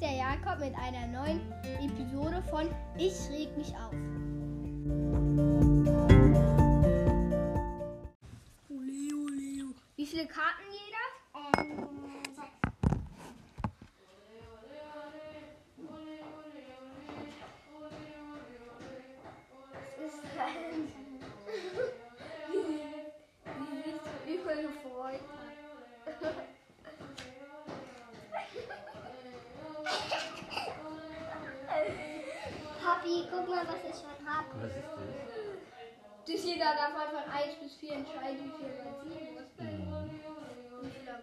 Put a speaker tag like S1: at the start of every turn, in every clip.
S1: Jakob mit einer neuen Episode von Ich reg mich auf. Wie viele Karten jeder?
S2: Papi, guck mal, was ich schon hab.
S3: Was ist das?
S1: Durch jeder davon von 1 bis 4 entscheidet, wie viel man ziehen muss.
S3: Hm.
S1: Und ich glaub,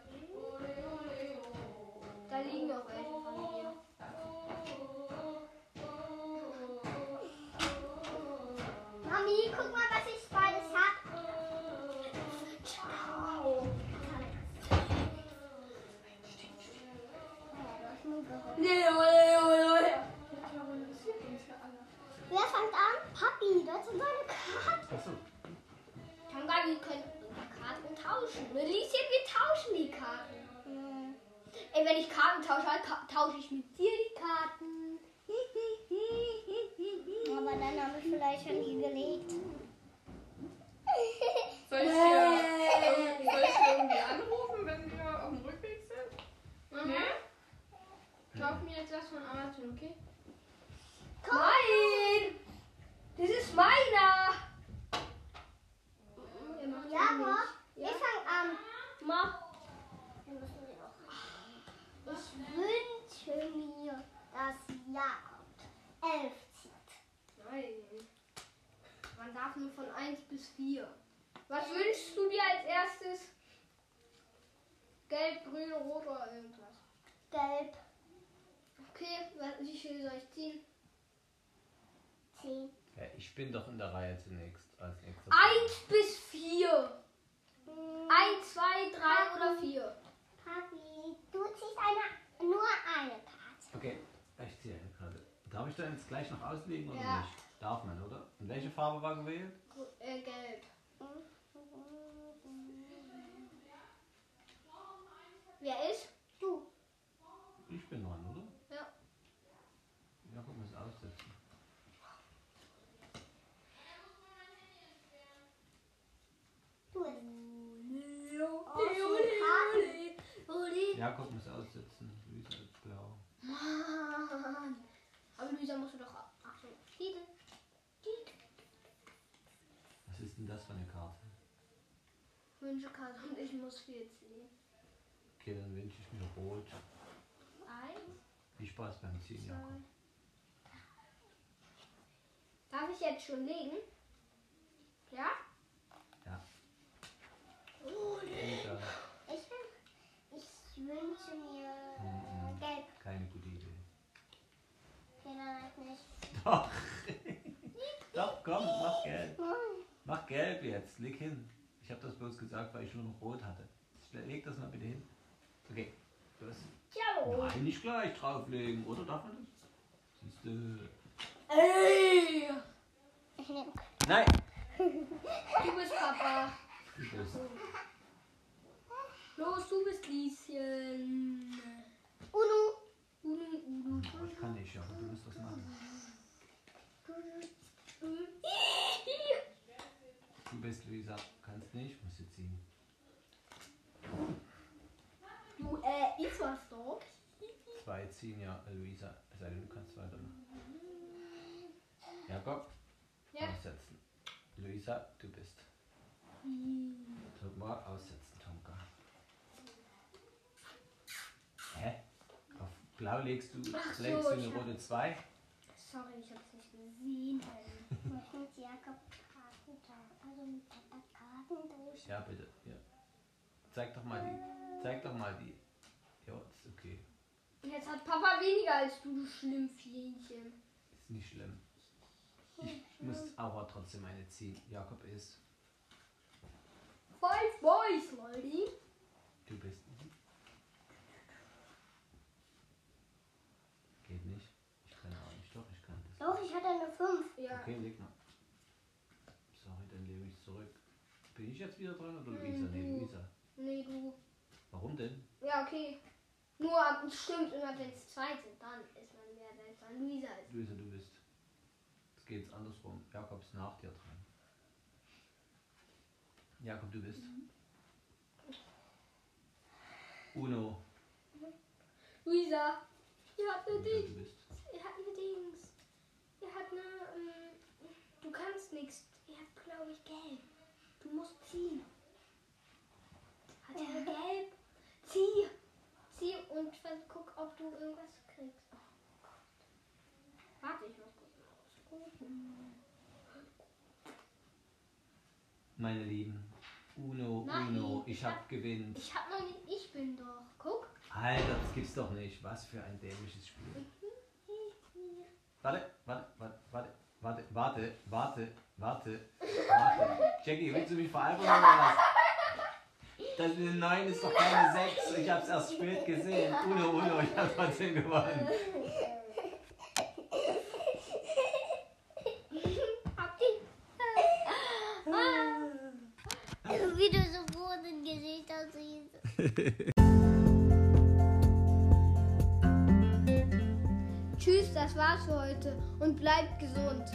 S1: Da liegen noch welche von mir.
S2: Mami, guck mal, was ich beides hab. Ciao.
S1: Leo, Leo, Leo.
S2: Wer fängt an? Papi, das sind meine Karten.
S3: Achso.
S1: Tanga, wir können Karten tauschen. Melissa, wir tauschen die Karten. Ey, wenn ich Karten tausche, ka- tausche ich mit dir die Karten.
S2: Aber dann habe ich vielleicht schon die gelegt.
S4: Soll ich dir, soll ich dir irgendwie anrufen, wenn wir auf dem Rückweg sind? Mama? Kauf mir jetzt was von Amazon, okay?
S1: Nein! Das ist meiner!
S2: Jakob, ich fang an.
S1: Mach.
S2: Ich wünsche mir, dass Jakob elf zieht.
S1: Nein. Man darf nur von 1 bis 4. Was wünschst du dir als erstes? Gelb, grün, rot oder irgendwas?
S2: Gelb
S1: Okay, wa- wie viel soll ich ziehen?
S2: zehn.
S3: Ja, ich bin doch in der Reihe zunächst. Als nächstes.
S1: 1 bis 4.
S2: Hm,
S1: 1, 2, 3 oder 4.
S2: Papi, du ziehst eine, nur eine Karte.
S3: Okay, ich ziehe eine Karte. Darf ich da jetzt gleich noch auslegen oder
S1: Ja.
S3: nicht? Darf man, oder? Und welche Farbe war gewählt?
S1: Äh, gelb. Wer ist?
S2: Du.
S3: Ich bin dran, oder?
S1: Ja.
S3: Jakob muss aussetzen.
S2: Du bist.
S1: Ole, ole, ole.
S3: Jakob muss aussetzen. Luisa ist blau.
S1: Mann. Aber Luisa musst du doch Achtung. Titel.
S3: Was ist denn das für eine Karte?
S1: Wünschekarte und ich muss 4 ziehen.
S3: Okay, dann wünsche ich mir rot.
S1: 1.
S3: Viel Spaß beim Ziehen, Jakob.
S1: Äh, Darf ich jetzt schon legen? Ja?
S3: Ja.
S1: Ole.
S3: Luisa,
S2: Ich, ich wünsche mir
S3: Mhm.
S2: gelb.
S3: keine gute Idee.
S2: Vielleicht nicht.
S3: Doch. Doch, komm, mach gelb.
S2: Nein.
S3: Mach gelb jetzt, leg hin. Ich habe das bloß gesagt, weil ich nur noch rot hatte. Leg das mal bitte hin. Okay, los.
S1: Ciao.
S3: Nein, nicht gleich drauflegen, oder darf man das? Siehst du.
S1: Ey.
S2: Ich nehme
S3: Nein!
S1: Du bist Papa.
S3: Ich los.
S1: Los, du bist Lieschen.
S2: Uno.
S1: Uno, Uno.
S3: Oh, ich kann nicht, ja, du musst was machen. Du bist Luisa, kannst nicht, musst du ziehen.
S1: Du, äh, ich war's doch.
S3: Zwei ziehen, ja, Luisa. Es sei denn, du kannst weitermachen. Jakob,
S1: Ja.
S3: aussetzen. Luisa, du bist. Drück mal aussetzen, Tomka. Hä? Auf blau legst du,
S1: Ach so,
S3: legst du eine
S1: ich hab-
S3: rote 2?
S1: Sorry, ich hab's nicht gesehen.
S2: Ich möchte mit Jakob Karten tauschen. Also mit Papa Karten tauschen.
S3: Ja, bitte. Ja. Zeig doch mal die. Zeig doch mal die. Ja, ist okay.
S1: Jetzt hat Papa weniger als du, du Schlimmfienchen.
S3: Ist nicht schlimm. Ich muss aber trotzdem eine ziehen. Jakob ist.
S1: Five Boys, Leute.
S3: Du bist. Geht nicht. Ich kann auch nicht. Doch, ich kann das.
S2: Doch, ich hatte eine 5.
S1: Ja.
S3: Okay, leg mal. Sorry, dann lebe ich zurück.
S1: Mhm.
S3: Bin ich jetzt wieder dran oder Luisa? Nee, Luisa.
S1: Nee, du.
S3: Warum denn?
S1: Ja, okay. Nur am- stimmt immer, wenn es zwei sind, dann ist man mehr, wenn es dann Luisa ist.
S3: Luisa, du bist. Jetzt geht's andersrum. Jakob ist nach dir dran. Jakob, du bist.
S1: Mhm.
S3: Uno.
S1: Luisa, ihr habt eine
S3: Luisa,
S1: Dings.
S3: du bist.
S1: Ihr habt eine Dings. Ihr habt eine. Ähm, du kannst nichts. Ihr habt, glaube ich, gelb. Du musst ziehen. Hat er gelb? Zieh! Zieh und ver- guck, ob du irgendwas kriegst. Oh Gott. Warte, ich muss kurz mal rausgucken.
S3: Meine Lieben. Uno,
S1: Nein,
S3: Uno, ich
S1: ich
S3: hab
S1: hab-
S3: gewinnt.
S1: Ich hab noch nicht. Ich bin doch. Guck.
S3: Alter, das gibt's doch nicht. Was für ein dämliches Spiel. Warte, warte, warte, warte, warte, warte, warte, warte, warte. Jackie, willst du mich veralbern oder was? Das ist eine 9 ist doch keine 6. Ich hab's erst spät gesehen. Uno, Uno, ich hab trotzdem gewonnen.
S1: Hab dich.
S2: Wie du so wurden Gesicht aussiehst.
S1: Tschüss, das war's für heute und bleibt gesund.